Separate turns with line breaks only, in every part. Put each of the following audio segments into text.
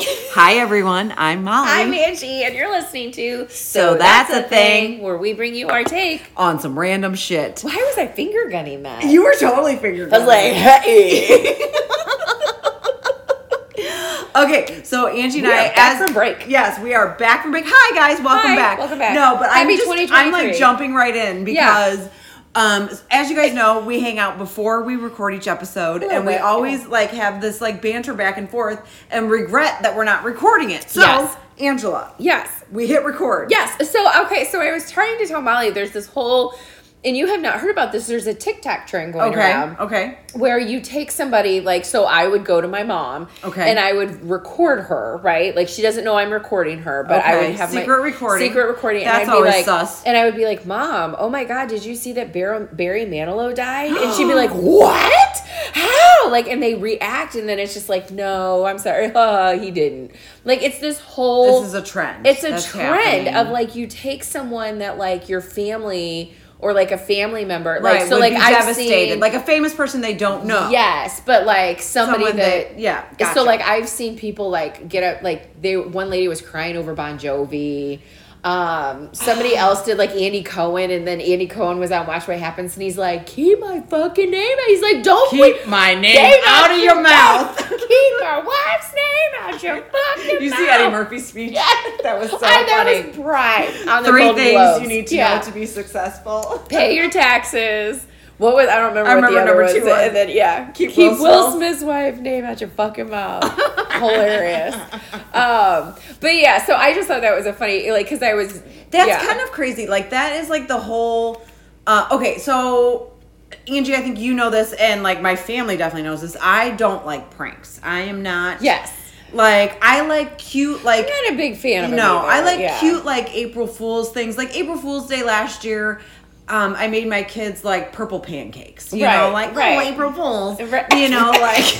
Hi, everyone. I'm Molly.
I'm Angie, and you're listening to
So That's a Thing.
where we bring you our take.
on some random shit.
Why was I finger gunning that?
You were totally figured.
I was like, hey.
okay. So Angie and
We
I,
are back
as
from break.
yes, we are back from break. Hi, guys. Welcome
Hi,
back.
welcome back.
No, but
Happy
I'm just, I'm like
2023.
jumping right in
Yeah.
because. Um, as you guys know, we hang out before we record each episode,
little
and we
bit,
always like have this like banter back and forth, and regret that we're not recording it. So,
Yes.
Angela,
yes.
we hit record.
Yes. So, okay. So I was trying to tell Molly there's this whole, and you have not heard about this, there's a TikTok trend going
Okay.
around.
Okay.
where you take somebody like so i would go to my mom
Okay.
and i would record her right like she doesn't know i'm recording her but i
Okay.
would have
Secret
my
recording.
secret recording
That's
and I'd
always
be like
sus.
and i would be like mom oh my god did you see that barry, barry manilow died and she'd be like what how like and they react and then it's just like no i'm sorry Oh, he didn't like it's this whole
This is a trend.
it's a
that's
trend
happening.
of like you take someone that like your family or like a family member
right.
like so
would
like
be
i've
devastated,
seen
like a famous person they don't know.
Yes, but like somebody
Oh. Someone
that,
that- yeah, gotcha.
So like I've seen people like get up like they one lady was crying over Bon Jovi. Um, somebody else did like Andy Cohen, and then Andy Cohen was on Watch What Happens, and he's like, "Keep my fucking name." out." He's like, "Don't
Keep
put-
my name
Name
out of your mouth.
Keep my wife's name out your fucking
You
mouth."
see Eddie Murphy's speech? That was so
I, that
funny.
was bright on the
Three
Golden
things
Globes.
you need to
Yeah
know to be successful.
pay your taxes. What was I don't remember.
I
what
remember
the other
number two
was.
was,
And then yeah,
keep
keep,
Will
Will,
Smith's-
Smith's wife name out your fucking mouth. Hilarious. Um, but yeah, so I just thought that was a funny like because I was
That's
yeah.
kind of crazy. Like that is like the whole. Uh, okay, so Angie, I think you know this, and like my family definitely knows this. I don't like pranks. I am not.
yes.
Like I like cute like.
I'm not a big fan of it
No,
either,
I like
yeah.
cute like April Fools things. Like April Fools Day last year, um, I made my kids like purple pancakes. You know,
Right,
like
right.
oh April Fools.
Right.
You know, like.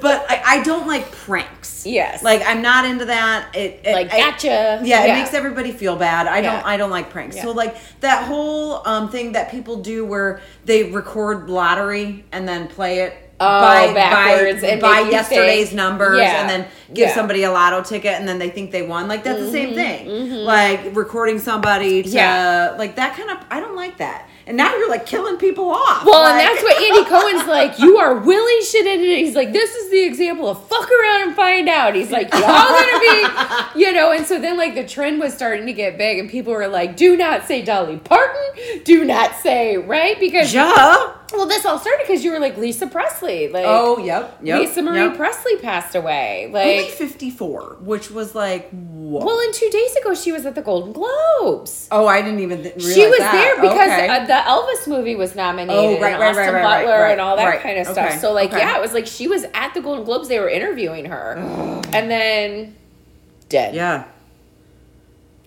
but I, I don't like pranks.
Yes.
Like I'm not into that. It, it-
Like,
I-
gotcha.
yeah, it
Yeah.
makes everybody feel bad. I
Yeah.
don't. I don't like pranks. So
Yeah.
like that whole um, thing that people do where they record lottery and then play it.
Oh, backwards
by,
and
by
make you
yesterday's
think.
numbers
Yeah.
and then give
Yeah. Mm-hmm.
somebody a lotto ticket and then they think they won like that's the same thing like recording somebody to
Yeah.
like that kind of i don't like that and now you're like killing people off
Well,
Like-
and that's what Andy Cohen's like. You are willing shit in it. He's like, this is the example of fuck around and find out. He's like, y'all gonna be, you know. And so then, like, the trend was starting to get big, and people were like, do not say Dolly Parton, do not say right because
yeah
well, this all started because you were like Lisa Presley, like
oh yep yep
Lisa Marie
yep.
Presley passed away,
only
like.
54 which was like whoa
Well, and two days ago she was at the Golden Globes.
oh i didn't even th- realize
she was
that.
there because
Okay.
uh, the Elvis movie was nominated.
Oh, right,
and
right,
Austin
right, right, right,
Butler
right,
and all that
right.
kind of stuff.
Okay,
So, like,
okay.
yeah, it was like she was at the Golden Globes. They were interviewing her, and then dead.
yeah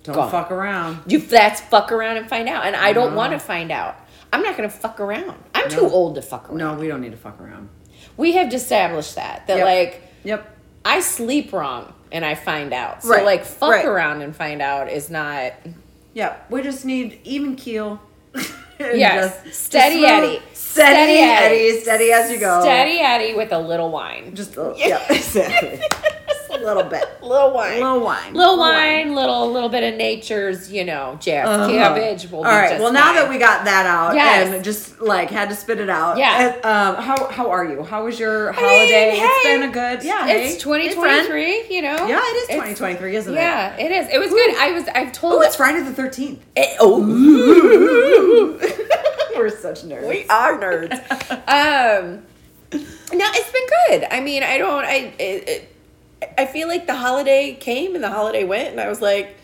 don't
Gone.
fuck around
You that's fuck around and find out, and I don't want to find out. I'm not gonna fuck around. I'm too old to fuck around.
no we don't need to fuck around
We have established that that
Yep.
like
yep
I sleep wrong and I find out. So
Right,
like fuck
right.
around and find out is not.
yep we just need even keel And
Yes,
just- just
steady
smooth-
Eddie,
steady Eddie, steady as you go.
steady Eddie with a little wine.
Just a, yeah, exactly. Just a little bit.
little wine.
Little wine.
Little wine, little little bit of nature's, you know, jazz
Uh-huh.
cabbage will
All
be
right.
just
Well, now
fine.
that we got that out
Yes.
and just like had to spit it out.
Yeah.
and, um. How How are you? How was your
mean,
holiday? it's
hey,
been a good. Yeah. hey,
it's
hey, friend.
2023, you know.
Yeah, it is
It's-
2023, isn't it?
Yeah, it is. It was good. I was I've told
Oh, it's Friday the thirteenth.
it, oh
We're such nerds.
are nerds. um No, it's been good. I mean, I don't I it, it, I feel like the holiday came and the holiday went and I was like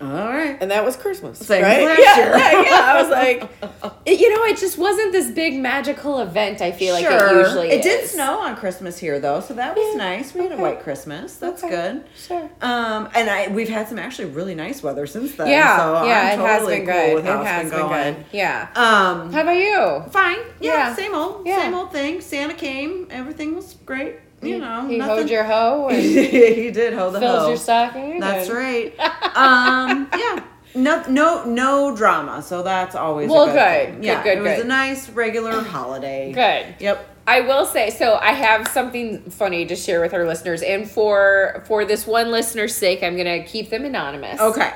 All right.
and that was Christmas,
Same
right?
as last
yeah,
year.
yeah, yeah. I was like, it- you know, it just wasn't this big magical event. I feel like it usually
It did
is.
snow on Christmas here though, so that was
Yeah,
nice. We had a
okay.
white Christmas. That's
Okay,
good.
sure.
Um, and I we've had some actually really nice weather since then.
Yeah,
so
yeah,
I'm
it has
totally
been
cool
good.
with how
it
it's been
has been,
going.
good. Yeah.
Um,
How about you?
fine. Yeah,
Yeah.
same old,
Yeah.
same old thing. Santa came, everything was great. You know,
he
nothing.
hoed your hoe and
he did hoe the
filled
hoe.
your stocking.
That's
and-
right. um, yeah. No, no, no drama. So that's always a
Well,
good.
good.
thing.
Good,
Yeah,
good,
it was
good.
a nice regular holiday.
Good.
Yep.
I will say so. I have something funny to share with our listeners, and for for this one listener's sake, I'm gonna keep them anonymous.
Okay.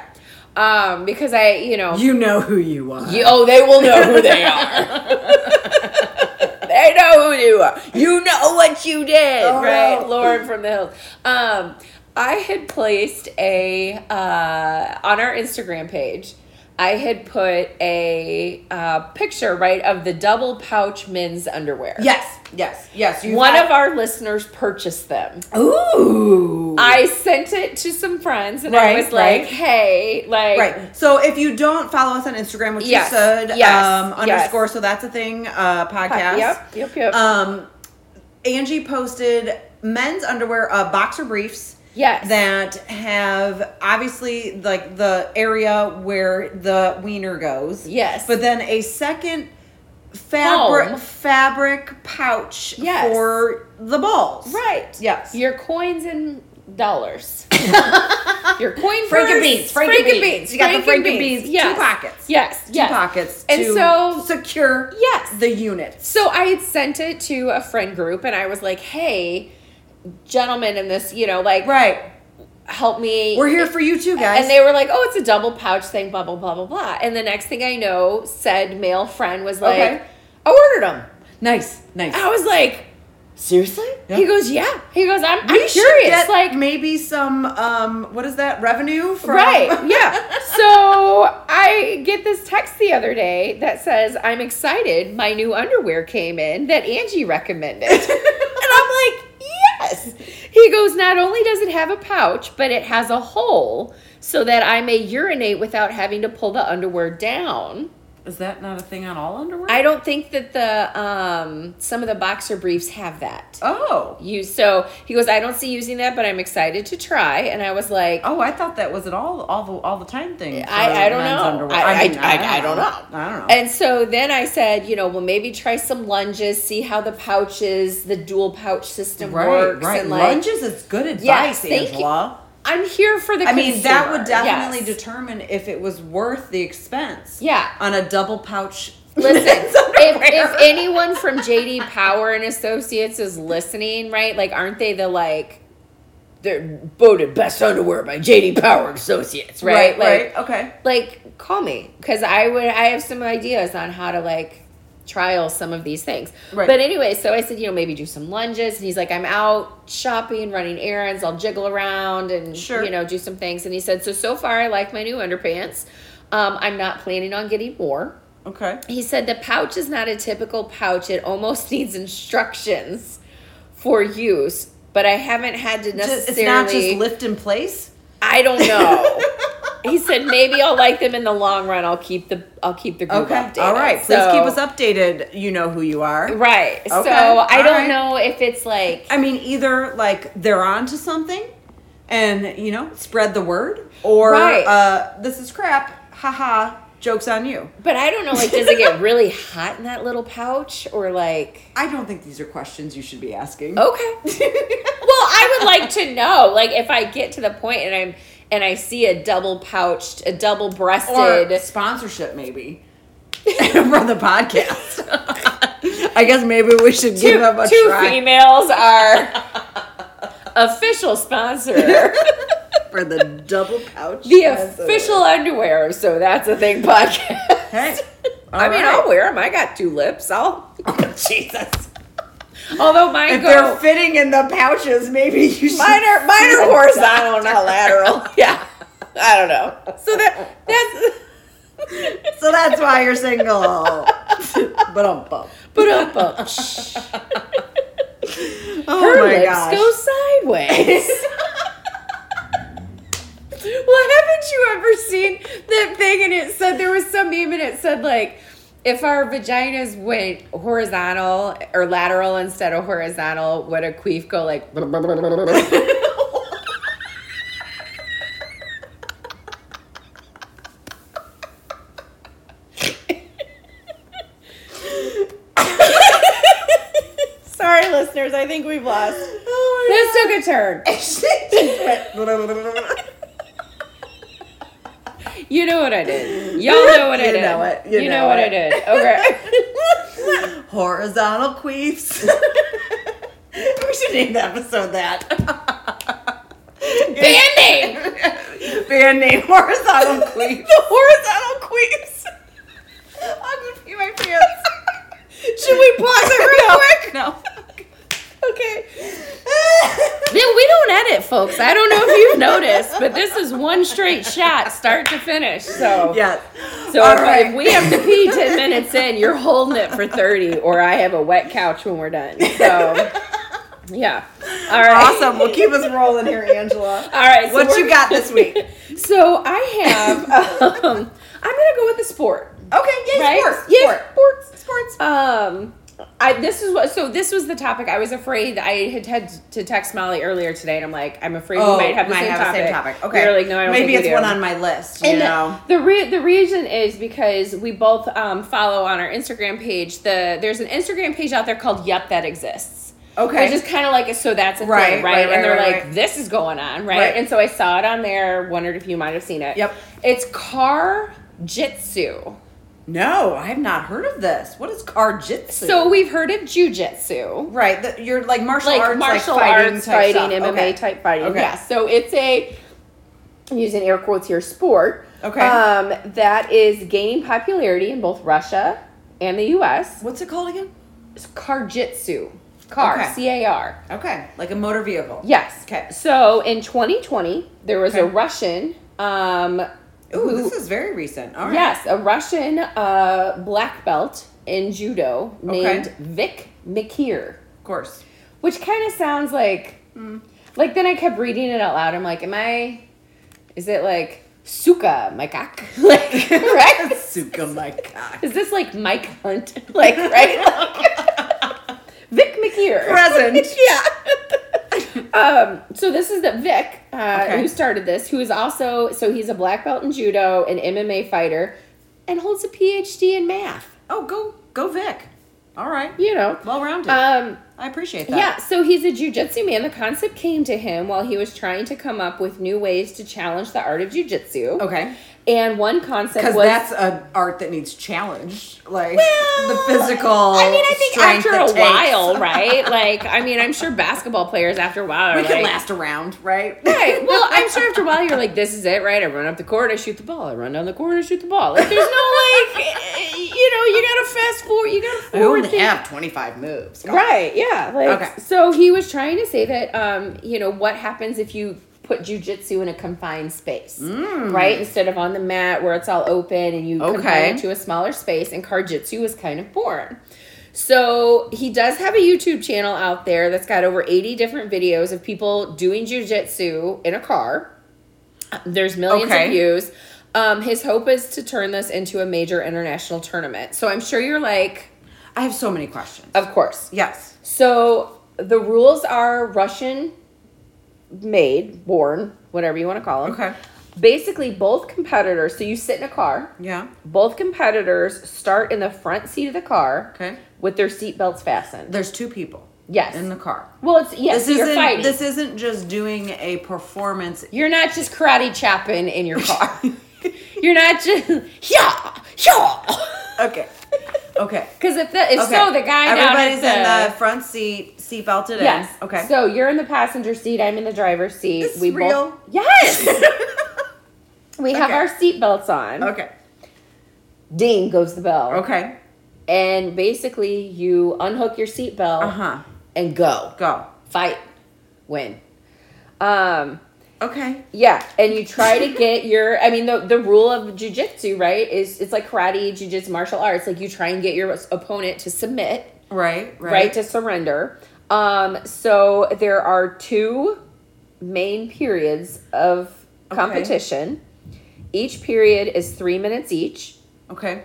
Um, because I, you know,
You know who you are.
you- oh, they will know who they are. they know who you are. You know what you did,
Oh,
right,
no.
Lauren from the hills. Um, I had placed a uh, on our Instagram page. I had put a uh, picture right of the double pouch men's underwear.
Yes, yes, yes. You
One of our listeners purchased them.
Ooh.
I sent it to some friends and I
Right,
was like,
right.
hey, like,
Right. So if you don't follow us on Instagram, which
Yes,
you should,
yes,
um,
yes.
underscore, so that's a thing, uh, podcast.
Yep, yep, yep.
Um, Angie posted men's underwear, uh, boxer briefs
yes.
that have obviously like the area where the wiener goes.
Yes.
But then a second fabric
Home.
fabric pouch
Yes.
for the balls.
right.
Yes.
Your coins and dollars. Your coin
Frank and
purse,
beans, Frank and beans. You got the Frank and beans, two
Yes.
pockets.
Yes.
Two
yes.
pockets
And
to
so-
secure
Yes.
the units.
So I had sent it to a friend group and I was like, hey, gentlemen in this, you know, like,
Right.
help me.
We're here for you too, guys.
And they were like, oh, it's a double pouch thing, blah, blah, blah, blah, blah. And the next thing I know, said male friend was like,
Okay.
I ordered them.
nice, nice.
I was like, seriously?
Yeah.
He goes, yeah. He goes, I'm,
We
I'm
should
curious.
get
like,
maybe some um what is that revenue from
right. Yeah. so I get this text the other day that says, I'm excited. My new underwear came in that Angie recommended. and I'm like, yes. He goes, not only does it have a pouch, but it has a hole so that I may urinate without having to pull the underwear down.
Is that not a thing on all underwear?
I don't think that the um, some of the boxer briefs have that.
oh.
You so he goes, I don't see using that, but I'm excited to try. And I was like,
Oh, I thought that was an all all the all the time thing. for
I, I don't
men's
know.
underwear.
I, I,
mean,
I, I, don't know.
I don't know.
And so then I said, you know, well, maybe try some lunges, see how the pouches, the dual pouch system
right,
works.
right.
And like,
Lunges is good advice,
Yes, thank you.
Angela.
I'm here for the
I mean, that would
consumer.
definitely
Yes.
determine if it was worth the expense.
Yeah.
On a double pouch.
Listen,
men's
if,
underwear.
if anyone from JD Power and Associates is listening, right? Like, aren't they the like they're voted best underwear by JD Power and Associates, right?
right,
like,
right, okay.
like call me because I would I have some ideas on how to like trial some of these things.
Right.
But anyway, so I said, you know, maybe do some lunges, and he's like, I'm out shopping, running errands, I'll jiggle around and
Sure.
you know do some things. And he said, so so far I like my new underpants. Um, I'm not planning on getting more.
Okay.
He said the pouch is not a typical pouch. It almost needs instructions for use, but I haven't had to
Just,
necessarily.
it's not just lift in place.
I don't know. he said maybe I'll like them in the long run. I'll keep the I'll keep the group
Okay.
updated.
All right. Please
So-
keep us updated. You know who you are.
Right. So
Okay.
I
All
don't
right.
know if it's like
I mean, either like they're on to something and, you know, spread the word, or
Right.
uh, this is crap. Haha. Joke's on you.
but I don't know like does it get really hot in that little pouch or like
I don't think these are questions you should be asking.
Okay. well, I would like to know, like, if I get to the point and I'm and I see a double pouched, a double breasted.
Or sponsorship, maybe. for the podcast. I guess maybe we should give them a
two
try
females are official sponsor
for the double pouch.
the
episode.
official underwear. So that's a thing podcast.
Hey, all
I mean,
right.
I'll wear them. I got two lips. I'll.
Oh, Jesus.
Although mine
If
go.
they're fitting in the pouches, maybe you should.
Mine are mine are horizontal, not lateral. Yeah, I don't know. So that that's.
So that's why you're single. but I'm bummed.
But up, up.
Oh
Her
my
lips
gosh.
go sideways. well, haven't you ever seen that thing? And it said there was some meme, and it said like, if our vaginas went horizontal or lateral instead of horizontal, would a queef go like? Sorry, listeners. I think we've lost.
Oh
This took a turn.
my gosh.
You know what I did. Y'all know what I
You
did.
know it. You know
what
it.
I did. Okay.
horizontal queefs. we should name the episode that.
Band name!
Band name horizontal queefs. the horizontal queefs. I'm gonna pee my pants. should we pause it real quick? No. Okay.
Yeah, we don't edit, folks. I don't know if you've noticed, but this is one straight shot, start to finish. So,
Yes.
so
All
if,
right.
if we have to pee 10 minutes in, you're holding it for 30, or I have a wet couch when we're done. So, yeah. All right.
awesome. Well, keep us rolling here, Angela.
All right. so
what
we're-
you got this week? Okay,
So, I have, um, I'm going to go with the sport.
yay,
right?
sports,
Yeah,
sport,
sports.
sports.
Um, I this is what so this was the topic I was afraid I had had to text Molly earlier today, and I'm like, I'm afraid we might have the,
Oh, might
same,
have
topic.
the same topic. Okay,
We were like, no, I don't.
maybe
think
it's
we do.
one on my list. You
And the-
know,
the re- the reason is because we both um, follow on our Instagram page. The there's an Instagram page out there called Yep That Exists.
Okay.
which is kind of like so that's a
Right,
thing,
right,
right?
right,
and they're
right,
like,
right.
this is going on, right?
Right.
And so I saw it on there. Wondered if you might have seen it.
Yep.
It's car jitsu.
no, I have not heard of this. What is car jitsu?
So we've heard of jujitsu.
right, the, you're like martial
like
arts,
martial
like fighting,
arts,
type
fighting,
stuff.
MMA
Okay.
type fighting.
Okay.
Yeah. So it's a I'm using air quotes here sport.
Okay.
Um, that is gaining popularity in both Russia and the U.S.
What's it called again?
It's car jitsu. Car.
Okay.
C A R.
Okay, like a motor vehicle.
Yes.
Okay.
So in 2020, there was a
Okay.
Russian. Um,
Ooh,
who-
this is very recent. All right.
Yes, a Russian uh, black belt in judo
Okay.
named Vic Mikir.
of course.
which kind of sounds like like then i kept reading it out loud i'm like am i is it like suka macaque like right
Suka, my cock.
is this like mike hunt like right Like, vic mcgeer
Present.
yeah um so this is the vic uh,
Okay.
who started this who is also so he's a black belt in judo an mma fighter and holds a phd in math
Oh, go, go, Vic. All right.
you know
Well rounded.
um
I appreciate that.
Yeah, so he's a jujitsu man. The concept came to him while he was trying to come up with new ways to challenge the art of jujitsu.
Okay.
And one concept
Because
was
that's an art that needs challenged, like
Well,
the physical.
I mean, I think
strength
after
it
a
takes.
while, right? Like, I mean, I'm sure basketball players after a while are
we
like,
can last around, right?
Right. Well, I'm sure after a while you're like, this is it, right? I run up the court, I shoot the ball. I run down the court, I shoot the ball. Like, there's no like, eh, you know, you gotta fast forward. You gotta
I
forward.
only
think.
have twenty five moves. God.
Right. Yeah. Like
Okay.
so he was trying to say that um, you know, what happens if you put jujitsu in a confined space. Right? Instead of on the mat where it's all open and you
Mm. Okay.
confine it to a smaller space and car jitsu was kind of born. So he does have a YouTube channel out there that's got over 80 different videos of people doing jujitsu in a car. There's millions
Okay.
of views. Um, his hope is to turn this into a major international tournament. So I'm sure you're like,
I have so many questions.
of course.
Yes.
So the rules are Russian made, born, whatever you want to call them.
Okay.
Basically, both competitors, so you sit in a car,
Yeah.
both competitors start in the front seat of the car
Okay.
with their seatbelts fastened.
There's two people
yes.
in the car.
well, it's, yes,
This
you're
isn't.
fighting.
This isn't just doing a performance.
you're not just karate chopping in your car. you're not just, yeah, yeah.
Okay. Okay.
Because if, the, if
Okay.
so, the guy down at
Everybody's in the front seat, seat belted
Yes.
in. Okay.
So you're in the passenger seat. I'm in the driver's seat.
This is
we both-
real?
Yes. we have
Okay.
our seatbelts on.
okay.
Ding goes the bell.
Okay.
And basically, you unhook your seatbelt
Uh huh.
and go
Go.
fight, win. Um.
Okay.
Yeah, and you try to get your. I mean, the the rule of jujitsu, right? Is it's like karate, jujitsu, martial arts. Like you try and get your opponent to submit.
Right. Right.
right, to surrender. Um, so there are two main periods of
Okay.
competition. Each period is three minutes each.
Okay.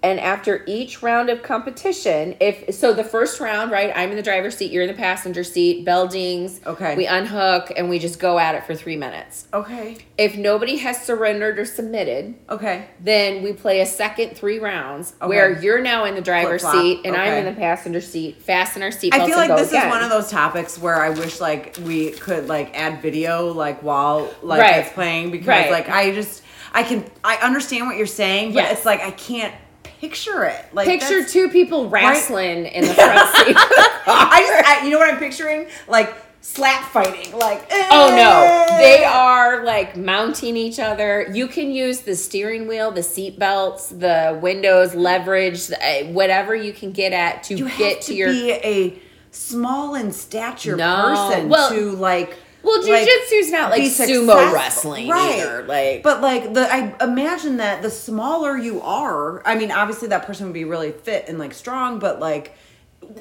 And after each round of competition, if so, the first round, right? I'm in the driver's seat, you're in the passenger seat, bell dings.
Okay.
We unhook and we just go at it for three minutes.
Okay.
If nobody has surrendered or submitted,
Okay.
then we play a second three rounds
Okay.
where you're now in the driver's
Flip-flop.
seat and I'm
Okay.
in the passenger seat. Fasten our seatbelts.
I feel like
and go
this
again.
is one of those topics where I wish like we could like add video like while like
Right.
it's playing because
Right.
like I just I can I understand what you're saying, but
Yes.
it's like I can't picture it. Like
Picture
that's-
two people wrestling in the front seat.
I just, I, you know what I'm picturing? Like slap fighting. Like
Oh no,
eh.
they are like mounting each other. You can use the steering wheel, the seat belts, the windows, leverage, eh, whatever you can get at to
You have
get
to,
to, your.
be a small in stature
No.
person
Well-
to like.
well,
like,
jujitsu's not like
be
sumo
successful.
wrestling
Right.
either. Like,
But like the, I imagine that the smaller you are, I mean, obviously that person would be really fit and like strong, but like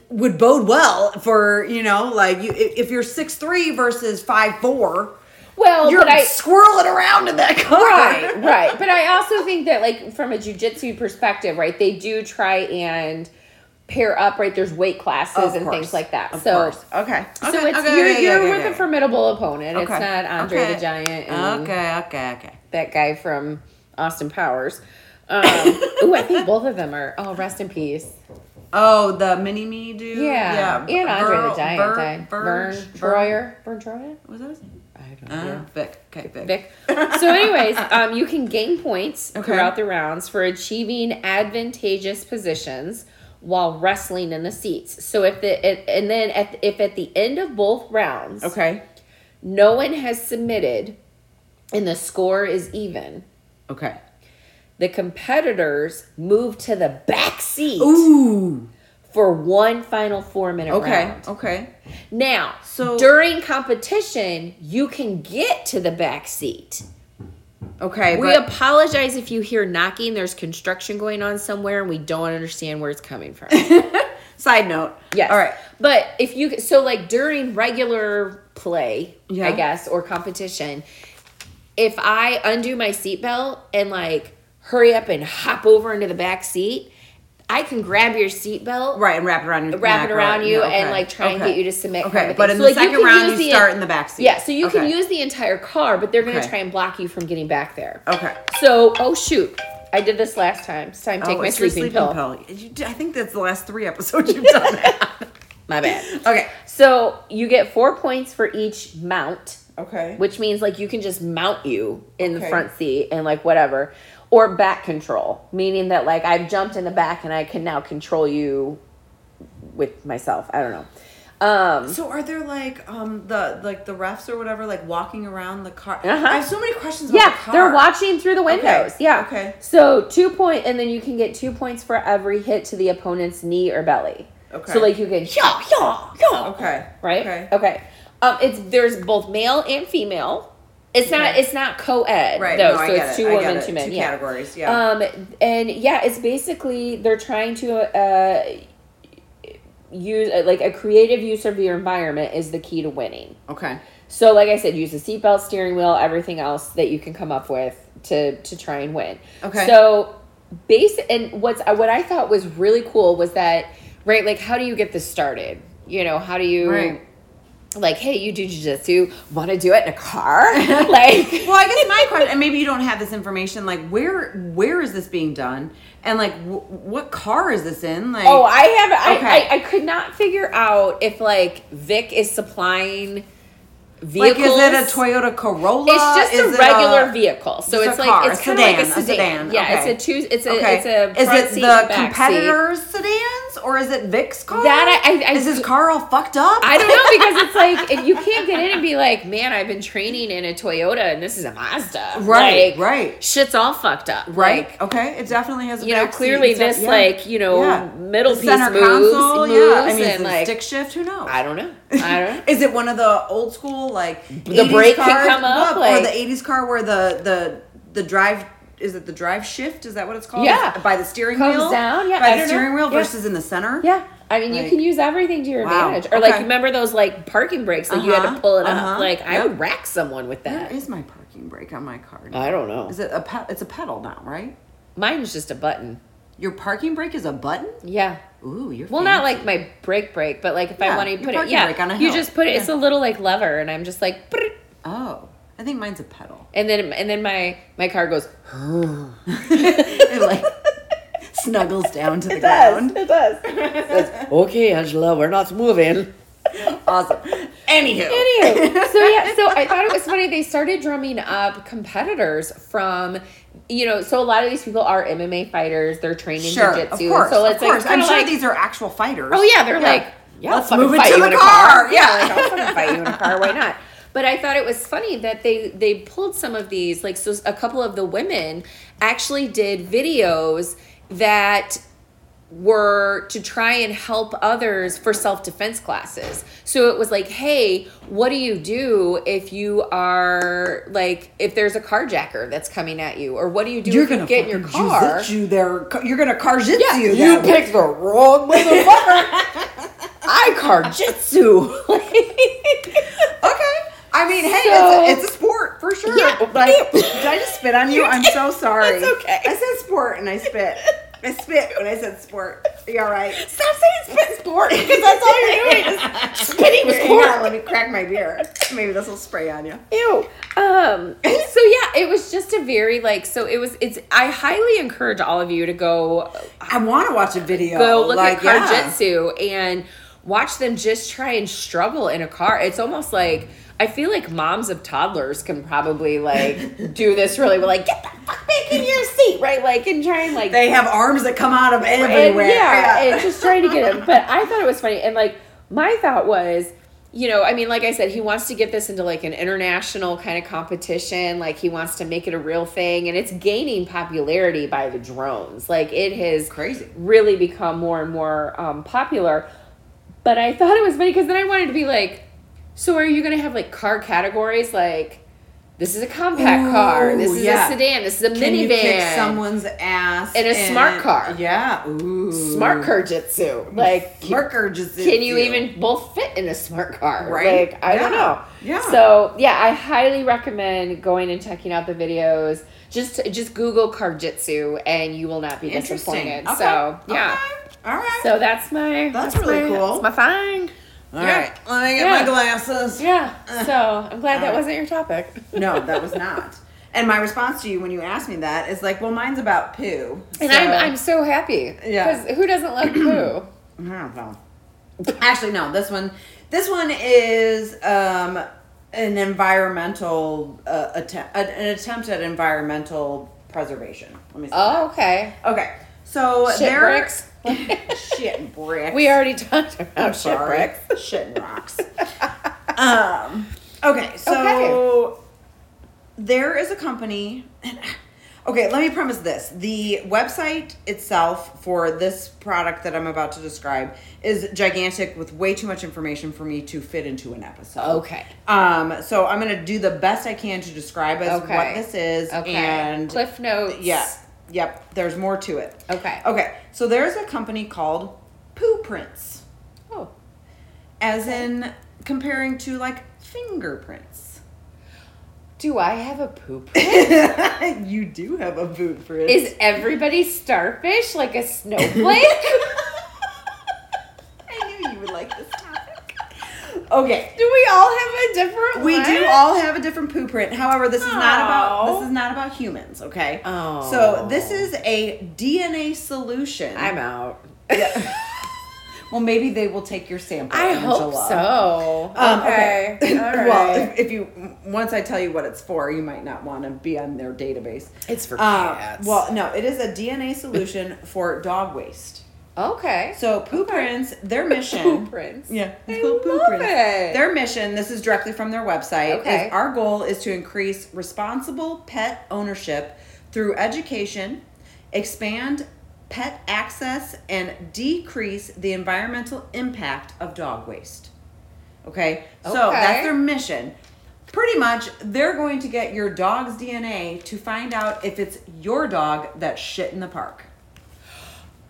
would bode well for you know, like you if if you're six three versus five four,
well,
you're
Oh, but I,
squirreling around in that car.
right, right. But I also think that, like, from a jujitsu perspective, right, they do try and pair up, right? There's weight classes
Of
and
course.
things like that.
Of
so,
course. okay,
so
Okay,
it's
okay,
you're,
okay,
you're
okay,
with
okay.
a formidable opponent. It's
Okay.
not Andre
Okay.
the Giant. And
Okay, okay, okay.
that guy from Austin Powers. Um, ooh, I think both of them are. Oh, rest in peace.
Oh, the mini me dude.
Yeah, and Andre the
Ver-
Giant
Ver-
died.
Ver-
Vern
Ver-
Troyer. Vern Troyer.
What was that his name?
I don't
Uh,
know.
Vic. Okay, Vic.
Vic. So, anyways, um, you can gain points
Okay.
throughout the rounds for achieving advantageous positions while wrestling in the seats. So, if the it, and then at, if at the end of both rounds,
Okay.
no one has submitted, and the score is even,
Okay.
the competitors move to the back seat
Ooh.
for one final four minute
Okay.
round.
Okay.
Now,
So-
during competition, you can get to the back seat.
Okay.
We
but-
apologize if you hear knocking. There's construction going on somewhere, and we don't understand where it's coming from.
side note.
yes.
All right.
But if you so like during regular play,
Yeah.
I guess, or competition, if I undo my seatbelt and like hurry up and hop over into the back seat, I can grab your seatbelt
Right, and wrap it around your
wrap
neck,
it around
right,
you
yeah,
and
okay,
like try and
okay.
get you to submit.
Okay,
kind of a
but
thing.
in
So,
the
like, you
second
can
round,
use
you
the-
start in the back seat.
Yeah, so you can
Okay.
use the entire car, but they're going to
Okay.
try and block you from getting back there.
Okay.
So, oh shoot, I did this last time. It's time to take
Oh,
my
it's your
sleeping, pill.
You d- I think that's the last three episodes you've done that.
My bad.
Okay.
So you get four points for each mount,
Okay.
which means like you can just mount you in the
Okay.
front seat and like whatever, or back control, meaning that like I've jumped in the back and I can now control you with myself. I don't know. Um,
So are there like um the like the refs or whatever like walking around the car?
Uh-huh.
I have so many questions about
Yeah,
the car.
they're watching through the windows. Yeah.
okay.
So two point, and then you can get two points for every hit to the opponent's knee or belly.
Okay.
So like you can yaw yaw yaw.
Okay.
Right.
Okay.
Okay. Um, it's there's both male and female. It's not
Okay.
it's not co-ed
Right.
though.
no,
so
I get
it's
it.
two
I get
women,
it.
two men.
Two
yeah.
categories. Yeah.
Um, and yeah, it's basically they're trying to uh, use like a creative use of your environment is the key to winning.
okay.
So, like I said, use the seatbelt, steering wheel, everything else that you can come up with to to try and win.
Okay.
So, base and what's uh, what I thought was really cool was that right, like how do you get this started? You know, how do you
Right.
like, hey, you do jujitsu, want to do it in a car? like,
Well, I guess my question, and maybe you don't have this information, like where where is this being done, and like wh- what car is this in? Like,
oh, I have I,
Okay.
I I could not figure out if like Vic is supplying
like
vehicles.
is it a Toyota Corolla?
It's just
Is
a
it
regular vehicle, so
just
it's
a
like
car,
it's
a
kind of like a
sedan,
sedan.
a sedan,
Yeah,
okay.
it's a two. It's a
Okay.
it's a
is
front
it
seat
the
and back seat.
competitors' sedans or is it Vic's car?
That I- I- I-
is his car all fucked up?
I don't know because it's like if you can't get in and be like, man, I've been training in a Toyota and this is a Mazda,
Right,
Like,
right.
Shit's all fucked up,
right.
Like,
okay, it definitely has. A
you know,
backseat
clearly
and stuff,
this
yeah.
like you know
Yeah.
middle
The
piece moves, moves,
yeah. I mean, is it
and like
stick shift? Who knows?
I don't know, I don't. know.
Is it one of the old school like
The
80s
brake can
cars?
come up,
Well, or
like-
the eighties car where the the the drive is it the drive shift? Is that what it's called?
Yeah.
by the steering
Comes
wheel
down, yeah, I
by the
don't know.
steering wheel
Yeah.
versus in the center.
Yeah. I mean,
Like-
you can use everything to your
Wow.
advantage. Or, like,
Okay.
you remember those, like, parking brakes that you had
Uh-huh.
to pull it
Uh-huh.
up? Like, I
Yeah.
would rack someone with
Where
that.
is my parking brake on my car?
I don't know.
Is it a pe- it's a pedal now, right?
Mine's just a button.
Your parking brake is a button.
Yeah.
Ooh, you're
Well, not like my brake brake, but like if
Yeah,
I want to
your
put it,
parking
yeah,
brake on a
you
hill.
just put it. It's a little like lever, and I'm just like, "Brrrt,"
Oh, I think mine's a pedal.
and then and then my my car goes.
it like snuggles down to the ground.
It does. okay, Angela, we're not moving.
Awesome. Anywho.
Anywho, so yeah, so I thought it was funny. They started drumming up competitors from, you know, so a lot of these people are MMA fighters. They're trained in
Sure, of
jiu-jitsu.
course.
so
of
it's like,
course. I'm
kinda
sure
like,
these are actual fighters.
oh yeah, they're like, yeah,
Let's
I'll fucking
move it
fight
to
you
the
in a
car.
Yeah,
Yeah.
like, Oh, I'll fucking fight you in a car. Why not? But I thought it was funny that they they pulled some of these. Like, so a couple of the women actually did videos that were to try and help others for self defense classes. So it was like, hey, what do you do if you are like if there's a carjacker that's coming at you, or what do you do if you get in your
fucking
car?
jiu-jitsu their ca- You're gonna car jitsu.
Yeah, you
picked the wrong motherfucker.
I carjitsu.
okay. I mean, hey,
So-
it's, a, it's a sport for sure.
Yeah.
Like, did I just spit on you? I'm so sorry.
It's okay.
I said sport and I spit. I spit when I said sport. Are you all right?
Stop saying spit sport because that's all you're doing. Is spitting with
Hang on, let me crack my beer. Maybe this will spray on you.
Ew. Um. So yeah, it was just a very like. So it was. It's. I highly encourage all of you to go
I want to watch a video.
go look
Oh, like,
at
yeah.
Karjitsu and watch them just try and struggle in a car. It's almost like I feel like moms of toddlers can probably like do this really well. Like get the fuck back in your seat, right? Like and try and like
They have arms that come out of
and
everywhere.
yeah, and just trying to get him. But I thought it was funny, and like my thought was, you know, I mean, like I said, he wants to get this into like an international kind of competition. Like he wants to make it a real thing, and it's gaining popularity by the drones. Like it has
Crazy.
really become more and more um, popular. But I thought it was funny because then I wanted to be like, so are you going to have like car categories like? This is a compact car.
Ooh,
This is
yeah.
a sedan. This is a
Can
minivan.
you kick someone's ass
In a
and-
smart car.
Yeah. Ooh.
smart car jitsu. Like
Smart car just
can you even both fit in a smart car?
Right.
Like, I don't
Yeah.
know.
Yeah.
So yeah, I highly recommend going and checking out the videos. Just just Google Karjitsu and you will not be disappointed.
Okay.
So yeah.
Okay. All right.
So that's my
That's really
my-
cool.
That's my find.
All
yeah.
right. Let me get
Yeah.
my glasses.
Yeah. So I'm glad that
All right.
wasn't your topic.
No, that was not. And my response to you when you asked me that is like, well, mine's about poo.
And
So-
I'm I'm so happy.
Yeah.
Because who doesn't love poo?
I don't know. Actually, no. This one, this one is um, an environmental uh, attempt, an attempt at environmental preservation. Let me. Say
Oh, okay.
that. Okay. So
Shit
there,
bricks.
shit bricks.
We already talked
I'm
about shit
sorry.
bricks.
Shit and rocks. um, okay, so there is a company. Okay, let me premise this. The website itself for this product that I'm about to describe is gigantic with way too much information for me to fit into an episode.
Okay.
Um, so I'm going to do the best I can to describe as
Okay.
what this is
Okay.
and
Cliff notes.
yeah. Yep, there's more to it.
Okay.
Okay, so there's a company called Poo Prints.
Oh.
as in comparing to like fingerprints.
Do I have a poop?
you do have a boot print.
Is everybody starfish like a snowflake?
I knew you would like this topic. Okay.
do we all have a different
We
one?
do all have a different poo print. However, this is not about
Oh.
this is not about humans, okay?
Oh.
So this is a DNA solution.
I'm out.
Yeah. well, maybe they will take your sample.
I hope
Angela.
so.
Um,
okay. All right.
well, if, if you once I tell you what it's for, you might not want to be on their database. Uh,
It's for cats.
well, no, it is a DNA solution for dog waste.
okay.
So Poo Prints, their mission.
Poop prints.
Yeah,
I
it's called Poo
love
Prints.
it.
Their mission. This is directly from their website.
Okay.
Is our goal is to increase responsible pet ownership through education, expand pet access, and decrease the environmental impact of dog waste. Okay. So
Okay.
that's their mission. Pretty much, they're going to get your dog's DNA to find out if it's your dog that shit in the park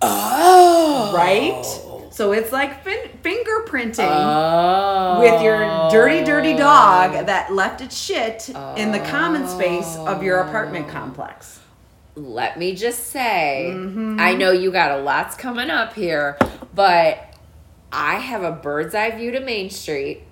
Oh.
right? So it's like fin- fingerprinting
Oh.
with your dirty, dirty dog that left its shit in the common space of your
Oh.
apartment complex.
Let me just say,
Mm-hmm.
I know you got a lot's coming up here, but I have a bird's eye view to Main Street.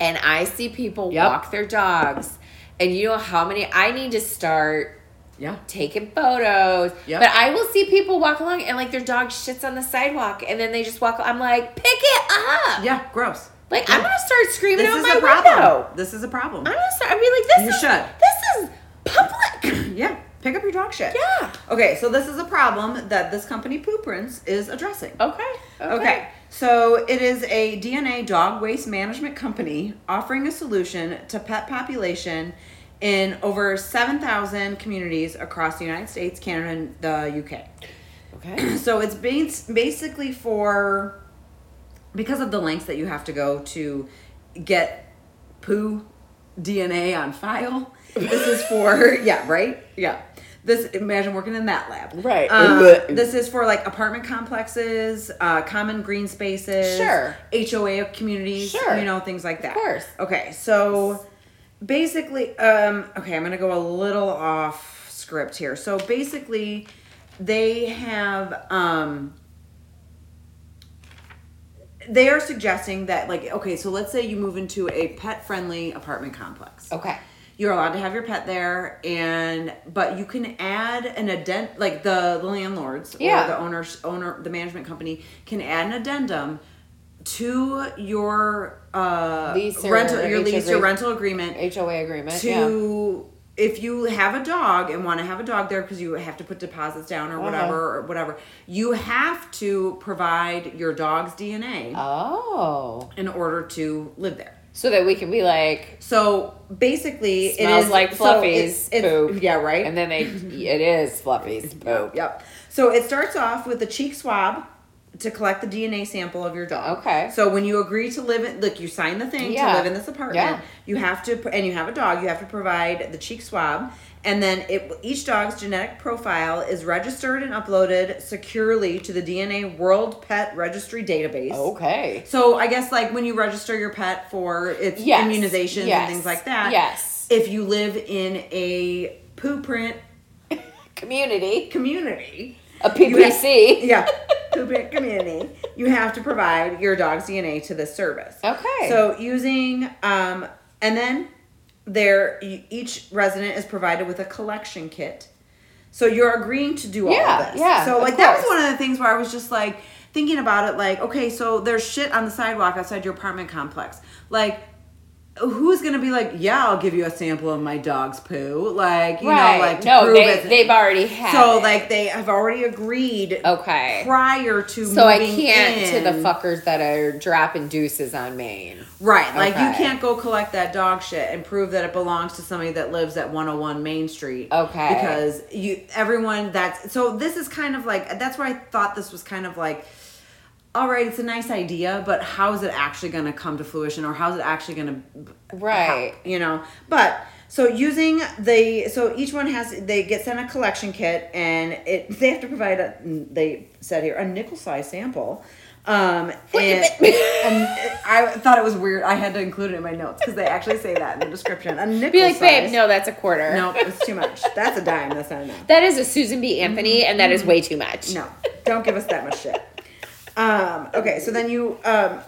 and I see people
Mm-hmm. Yep.
walk their dogs, and you know how many I need to start
Yeah.
taking photos.
Yep.
But I will see people walk along and like their dog shits on the sidewalk, and then they just walk. I'm like, pick it up.
Yeah, gross.
Like I'm gonna start screaming
This
out
is
my
a problem.
window.
This is a problem.
I'm gonna start. I mean, like this
You
is
should.
this is public.
yeah. Pick up your dog shit.
yeah.
Okay, so this is a problem that this company, Poo Prints, is addressing.
Okay. Okay.
Okay. So it is a DNA dog waste management company offering a solution to pet population in over 7,000 communities across the United States, Canada, and the UK.
Okay.
So it's bas- basically for because of the lengths that you have to go to get poo DNA on file. This is for yeah, right? Yeah. This imagine working in that lab.
Right.
Um, this is for like apartment complexes, uh, common green spaces,
Sure.
HOA communities,
Sure.
you know, things like that.
course.
Okay, so basically, um, okay, I'm gonna go a little off script here. So basically, they have um they are suggesting that like okay so let's say you move into a pet friendly apartment complex
okay.
you're allowed to have your pet there and but you can add an addend like the, the landlords
Yeah.
or the owners owner the management company can add an addendum to your uh
Lease or
rental your
HOA
lease your
agree-
rental agreement
HOA agreement. yeah.
to if you have a dog and want to have a dog there because you have to put deposits down
Uh-huh.
or whatever or whatever you have to provide your dog's dna
Oh.
in order to live there
So that we can be like,
so basically it
Smells
is so
like
it's-
Fluffy's
it's-
poop.
yeah right
and then they, it is Fluffy's poop.
Yep. So it starts off with a cheek swab to collect the DNA sample of your dog.
Okay.
So when you agree to live in, look, you sign the thing
Yeah.
to live in this apartment.
Yeah.
You have to, pr- and you have a dog. You have to provide the cheek swab, and then it each dog's genetic profile is registered and uploaded securely to the DNA World Pet Registry database.
Oh, Okay.
So I guess like when you register your pet for its
Yes.
immunizations
Yes.
and things like that.
Yes.
If you live in a poo print
Community.
community,
A
You have-
PPC.
yeah, Poopit community. You have to provide your dog's DNA to this service.
Okay.
So using um, and then there e- each resident is provided with a collection kit. So you're agreeing to do all
Yeah,
of this.
yeah,
So
of
like that was
course.
one of the things where I was just like thinking about it. Like okay, so there's shit on the sidewalk outside your apartment complex. Like. Who's gonna be like, yeah, I'll give you a sample of my dog's poo, like you
right.
know, like to
no,
prove
they,
it's-
they've already had.
so
it.
like they have already agreed
Okay.
prior to
So I
moving
can't to the
in.
fuckers that are dropping deuces on Maine.
right like you
Okay.
can't go collect that dog shit and prove that it belongs to somebody that lives at 101 Main Street
Okay.
because you everyone that's so this is kind of like that's why I thought this was kind of like all right it's a nice idea but how is it actually going to come to fruition or how is it actually going to
Right.
help, you know but so using the so each one has they get sent a collection kit and it they have to provide a they said here a nickel size sample um and, and i thought it was weird i had to include it in my notes because they actually say that in the description a nickel
Be like,
size
babe, no, that's a quarter.
no it's too much that's a dime that's not enough
That is a Susan B. Anthony, and that is way too much.
Mm-hmm. no don't give us that much shit um okay so then you um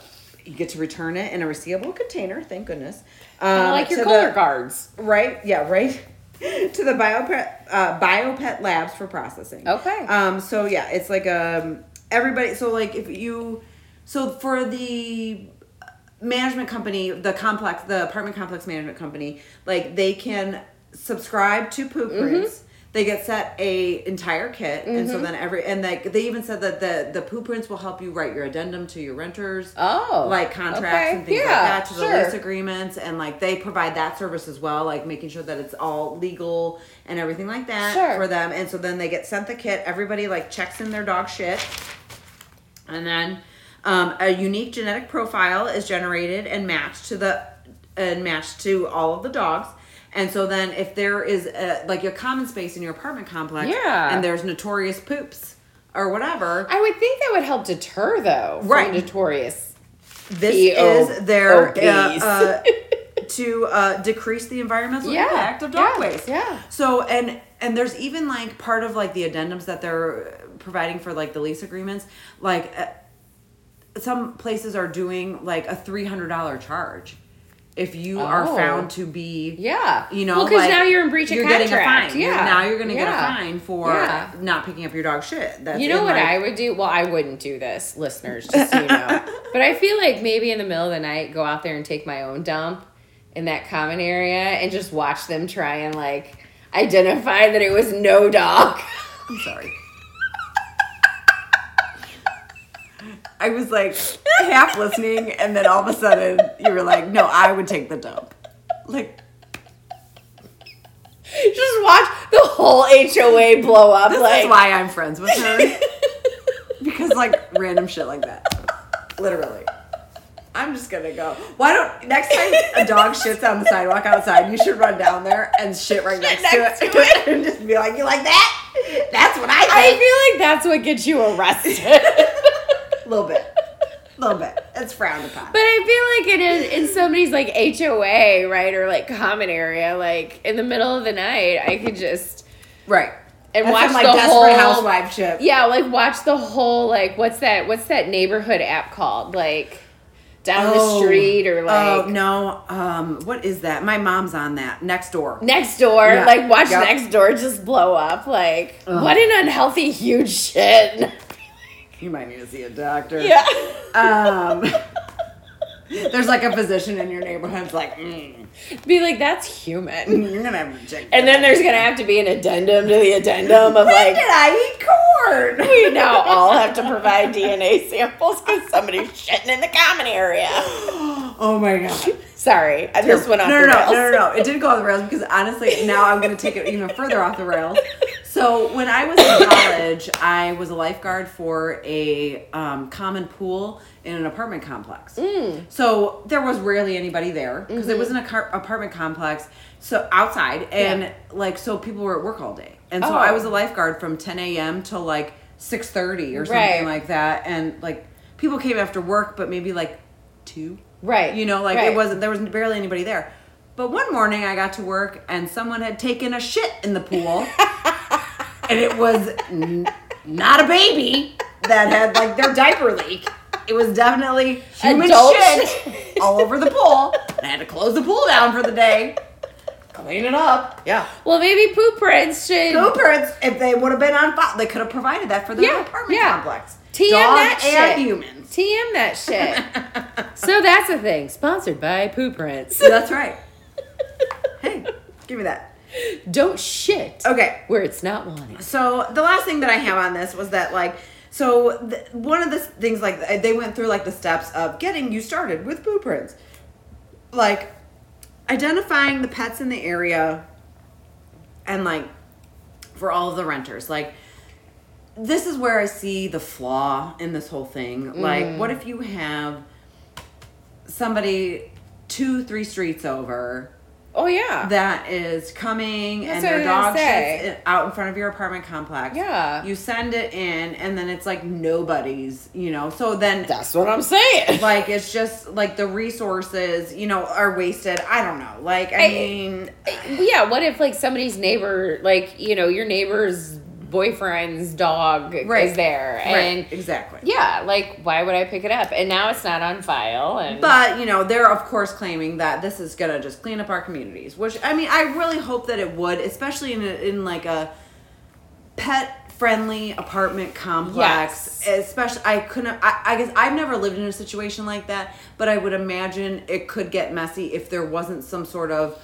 you get to return it in a resealable container thank goodness um,
I like your
to the-
color guards.
Right? Yeah, right. to the biopet uh, biopet labs for processing.
Okay.
Um. So yeah, it's like um everybody. So like if you, so for the management company, the complex, the apartment complex management company, like they can subscribe to Poo
Mm-hmm.
Prints. They get set a entire kit, and so then every and like they even said that the the Poo Prints will help you write your addendum to your renters
Oh.
like contracts
okay.
and things
yeah,
like that to the
sure.
lease agreements and like they provide that service as well like making sure that it's all legal and everything like that
Sure.
for them and so then they get sent the kit everybody like checks in their dog shit and then um, a unique genetic profile is generated and matched to the and matched to all of the dogs and so then if there is a, like a common space in your apartment complex
Yeah.
and there's notorious poops or whatever
I would think that would help deter, though, from
Right.
notorious.
This
EO
is their
obese.
uh, uh, to uh, decrease the environmental
Yeah,
impact of dog
yeah,
waste.
yeah.
So and and there's even like part of like the addendums that they're providing for like the lease agreements, like. Uh, some places are doing like a $300 charge if you are
Oh.
found to be
Yeah.
you know,
Well, because
like,
now you're in breach of
you're
contract.
Getting a fine.
Yeah.
You're- now you're going to
Yeah.
get a fine for
Yeah.
not picking up your dog shit. That's
You know
in,
what
like-
I would do? Well, I wouldn't do this, listeners, just so you know. but I feel like maybe in the middle of the night, go out there and take my own dump in that common area and just watch them try and like identify that it was no dog.
I'm sorry. I was like half listening, and then all of a sudden you were like, "No, I would take the dump." Like
just watch the whole HOA blow up.
this
like,
is why I'm friends with her because like random shit like that, literally. I'm just gonna go. Why don't next time a dog shits on the sidewalk outside, you should run down there and shit right next,
next
to, it, and just be like, "You like that? That's what I think."
I feel like that's what gets you arrested.
A little bit. A little bit. It's frowned upon.
But I feel like it is in somebody's like HOA, right, or like common area, like in the middle of the night, I could just
right.
and
That's
watch
some, like
the
desperate
whole
housewife shit.
yeah, like watch the whole like what's that what's that neighborhood app called like down the street or like
Oh no. Um what is that? My mom's on that. Next door.
next door
Yeah.
like watch
Yep.
next door just blow up like what an unhealthy huge shit
You might need to see a doctor.
yeah
Um There's like a physician in your neighborhood that's like, mm,
be like that's human
I'm gonna have to check.
and then there's gonna have to be an addendum to the addendum
when
of like
did I eat corn?
We now all have to provide DNA samples because somebody's shitting in the common area.
oh my god.
Sorry, I just went off
no,
the
no,
rails.
no, no, no, no. It did go off the rails because honestly, now I'm going to take it even further off the rails. So when I was in college, I was a lifeguard for a um, common pool in an apartment complex.
Mm.
So there was rarely anybody there because it was in a car- apartment complex. So outside and
Mm-hmm. Yeah.
like so people were at work all day, and so
Oh.
I was a lifeguard from 10 a.m. till like 6:30 or something
Right.
like that, and like people came after work, but maybe like two.
Right.
You know, like
Right.
it wasn't there was barely anybody there. But one morning I got to work and someone had taken a shit in the pool. and it was n- not a baby that had like their diaper leak. It was definitely human
Adult
shit,
shit.
all over the pool. And I had to close the pool down for the day. Clean it up. Yeah.
Well, maybe poop prints should
Poopers, if they would have been on file, they could have provided that for the
Yeah,
apartment
yeah.
complex.
TM
Dog
that
and
shit.
humans.
TM that shit. so that's the thing. Sponsored by poop prints.
That's right. Hey, give me that.
Don't shit
Okay.
where it's not wanted.
So the last thing that I have on this was that like so th- one of the s- things like uh, they went through like the steps of getting you started with poo prints, like identifying the pets in the area, and like for all of the renters like. This is where I see the flaw in this whole thing. Like, what if you have somebody two, three streets over
Oh yeah.
that is coming
That's
and their
what I was
dog
gonna say.
shits in- out in front of your apartment complex.
Yeah.
You send it in and then it's like nobody's, you know. So then
that's what I'm saying.
like it's just like the resources, you know, are wasted. I don't know. Like I,
I-
mean
yeah. What if like somebody's neighbor, like you know, your neighbor's boyfriend's dog
Right.
is there, and
right, exactly.
yeah, like why would I pick it up? And now it's not on file. And
But you know they're of course claiming that this is gonna just clean up our communities, which I mean I really hope that it would, especially in a, in like a pet friendly apartment complex. Especially I couldn't. I, I guess I've never lived in a situation like that, but I would imagine it could get messy if there wasn't some sort of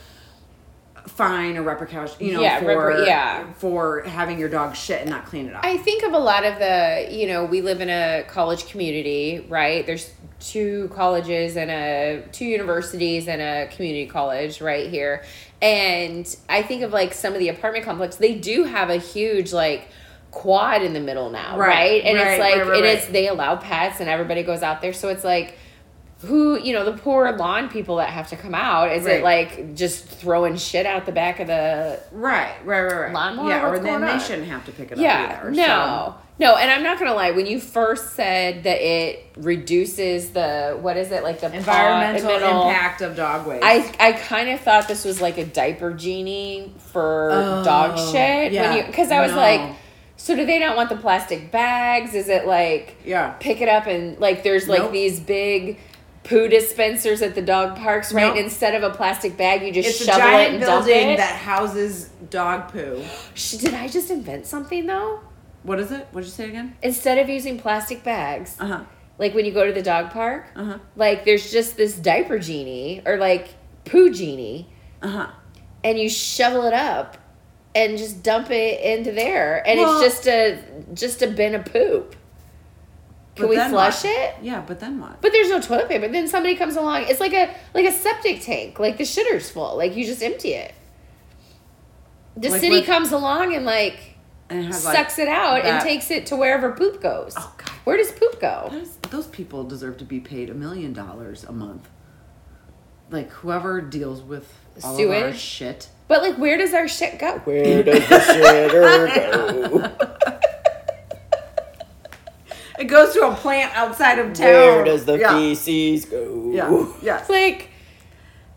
fine or repercussion, you know,
Yeah,
for
reper- yeah.
for having your dog shit and not clean it up.
I think of a lot of the, you know, we live in a college community, right? There's two colleges and a two universities and a community college right here. And I think of like some of the apartment complex, they do have a huge like quad in the middle now,
Right,
right? And
right,
it's like
right, right,
and
right.
it's they allow pets and everybody goes out there, so it's like who you know the poor lawn people that have to come out is
Right.
it like just throwing shit out the back of the
right, right, right, right.
Lawnmower?
yeah, or
What's
then
going
they
on?
shouldn't have to pick it
yeah,
up either. so-
No. No, and I'm not gonna lie. When you first said that it reduces the what is it like the paw-
environmental
Uh, environmental-
impact of dog waste.
I I kind of thought this was like a diaper genie for
Oh,
dog shit.
yeah.
When you because I was
No.
like, so do they not want the plastic bags? Is it like
yeah.
pick it up and like there's like
Nope.
these big poo dispensers at the dog parks, right?
Nope.
Instead of a plastic bag, you just
It's a
shovel it
giant
and dump
building
it.
that houses dog poo.
Sh- Did I just invent something though?
What is it? What did you say again?
Instead of using plastic bags,
Uh huh.
like when you go to the dog park,
Uh huh.
like there's just this diaper genie or like poo genie,
Uh huh.
and you shovel it up and just dump it into there, and
Well-
it's just a just a bin of poop. Can
But
we
then
flush
what?
it?
Yeah, but then what?
But there's no toilet paper. Then somebody comes along. It's like a like a septic tank. Like the shitter's full. Like you just empty it. The
Like
city
with-
comes along and like
And it has, like,
sucks it out and
that-
takes it to wherever poop goes.
Oh, God.
Where does poop go?
That is- those people deserve to be paid a million dollars a month. Like whoever deals with all of our
Sewage?
shit.
But like, where does our shit go? Where?
It goes to a plant outside of town.
Where does the
yeah.
feces go?
Yeah. Yes.
Like,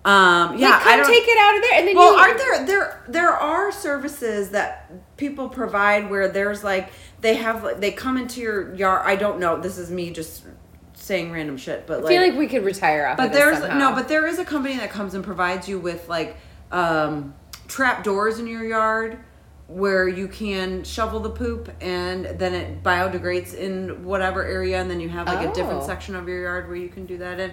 Um. Yeah.
yeah,
I
come
don't.
take it out of there and then
well,
you.
aren't there there there are services that people provide where there's like they have like they come into your yard. I don't know. This is me just saying random shit, but
I feel like we could retire off.
But
of this
there's
somehow.
no, but there is a company that comes and provides you with like um, trap doors in your yard where you can shovel the poop and then it biodegrades in whatever area and then you have like a different
Oh.
section of your yard where you can do that in.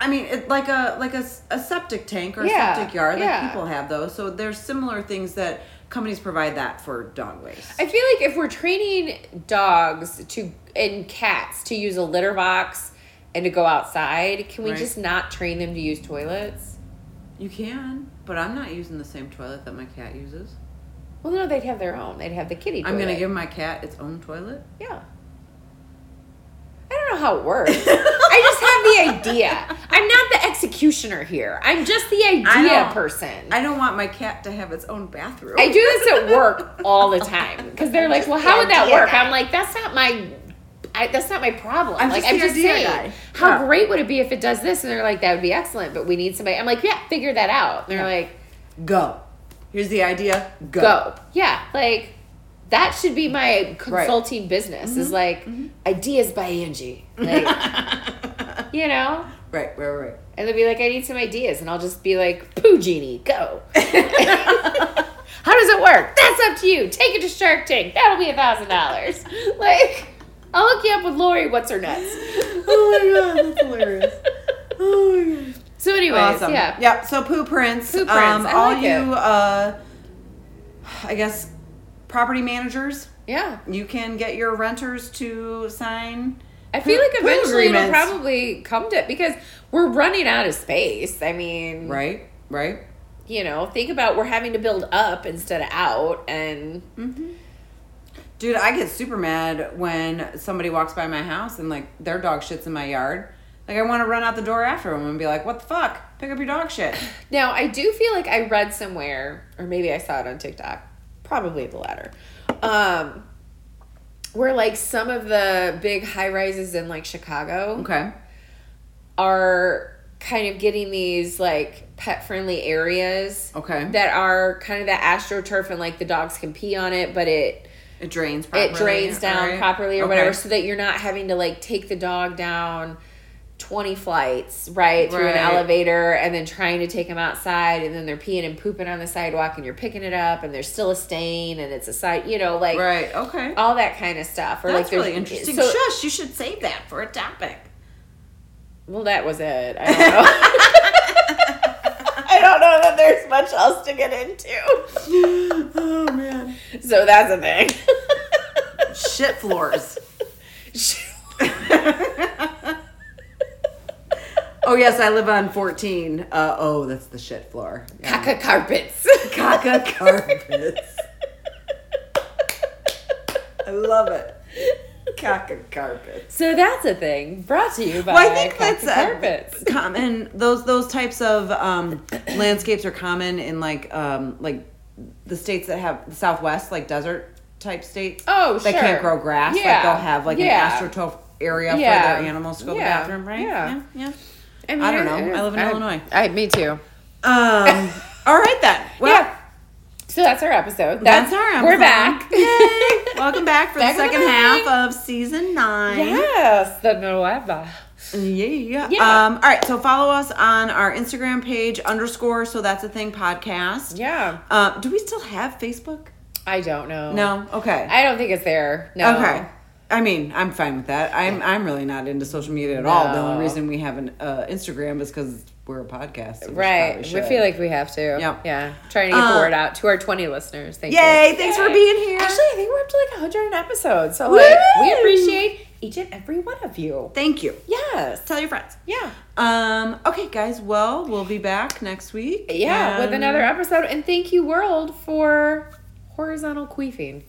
I mean, it, like a like a, s- a septic tank or a
Yeah,
septic yard, like
yeah.
people have those. So there's similar things that companies provide that for dog waste.
I feel like if we're training dogs to and cats to use a litter box and to go outside, can we
Right.
just not train them to use toilets?
you can, but I'm not using the same toilet that my cat uses.
Well, no, they'd have their own. They'd have the kitty.
I'm gonna
toilet.
give my cat its own toilet.
Yeah. I don't know how it works. I just have the idea. I'm not the executioner here. I'm just the idea
don't-
person. I,
I don't want my cat to have its own bathroom.
do this at work all the time because they're like, "Well, how would that work?" I'm like, "That's not my." I, that's not my problem.
I'm
like
just
I'm
the
just
idea
saying,
guy.
how
Yeah.
great would it be if it does this? And they're like, that would be excellent, but we need somebody. I'm like, yeah, figure that out. And they're
Yeah.
like,
Go. Here's the idea. Go.
go. Yeah, like that should be my consulting business.
Mm-hmm.
Is like ideas by Angie. Like, you know,
Right, right, right.
And they'll be like, I need some ideas. And I'll just be like, Poo Genie, go. How does it work? That's up to you. Take it to Shark Tank. That'll be a thousand dollars. Like, I'll hook you up with Lori. What's her nuts?
Oh my god, that's hilarious. Oh my god.
So, anyways,
Awesome.
yeah.
Yep. So poo prints.
Poo prints,
Um,
I
all
like
you,
it.
uh, I guess, property managers,
yeah.
you can get your renters to sign.
I feel like
Poo
eventually it'll
agreements.
probably come to because we're running out of space. I mean,
Right. Right.
you know, think about we're having to build up instead of out. And
Dude, I get super mad when somebody walks by my house and like their dog shits in my yard. Like I want to run out the door after them and be like, "What the fuck? Pick up your dog shit."
Now, I do feel like I read somewhere, or maybe I saw it on TikTok, probably the latter, um, where like some of the big high rises in like Chicago
Okay.
are kind of getting these like pet friendly areas
Okay.
that are kind of the astroturf and like the dogs can pee on it, but it
It drains properly.
it drains down
right?
properly or
Okay.
whatever so that you're not having to like take the dog down 20 flights right through an
Right.
elevator and then trying to take them outside and then they're peeing and pooping on the sidewalk and you're picking it up and there's still a stain and it's a side you know like
Right, okay.
all that kind of stuff or like
That's
there's
really interesting.
so-
Shush, you should save that for a topic.
well that was it i don't know I don't know that there's much else to get into.
oh, man.
So that's a thing.
Shit floors. oh, yes, I live on 14. Uh, oh, that's the shit floor. Yeah.
Caca carpets.
Caca carpets. I love it. Caca carpets.
So that's a thing brought to you by
Well, I think
Cox
that's
and
uh,
Carpets.
common. Those those types of um, landscapes are common in like um, like the states that have the Southwest, like desert type states.
Oh,
they
sure.
can't grow grass.
Yeah.
Like they'll have like
Yeah.
an astroturf area
Yeah.
for their animals to go to the
Yeah.
bathroom, right?
Yeah.
yeah.
mean,
I don't know. I live in Illinois.
I, me too.
Um, all right then. Well,
Yeah. So that's our episode.
that's our. episode.
We're back.
Yay! Welcome back for
Back in
the
the
second
morning.
half of season nine.
yes, the Nueva.
Yeah.
Yeah.
Um, all right. So follow us on our Instagram page underscore. So that's a thing podcast.
Yeah.
Uh, do we still have Facebook?
I don't know.
No. Okay.
I don't think it's there. No.
Okay. I mean, I'm fine with that. I'm I'm really not into social media at all. The
No.
only reason we have an uh, Instagram is because we're a podcast. so we
Right.
probably
We
should.
feel like we have to.
Yep.
Yeah. Trying to get the
Uh,
word out to our 20 listeners. Thank you.
Yay! Thanks for being here.
Actually, I think we're up to like 100 episodes. So, like, we
Woo!
appreciate each and every one of you.
Thank you.
Yes.
Tell your friends.
Yeah.
Um. Okay, guys. Well, we'll be back next week.
Yeah, with
and-
another episode. And thank you, world, for horizontal queefing.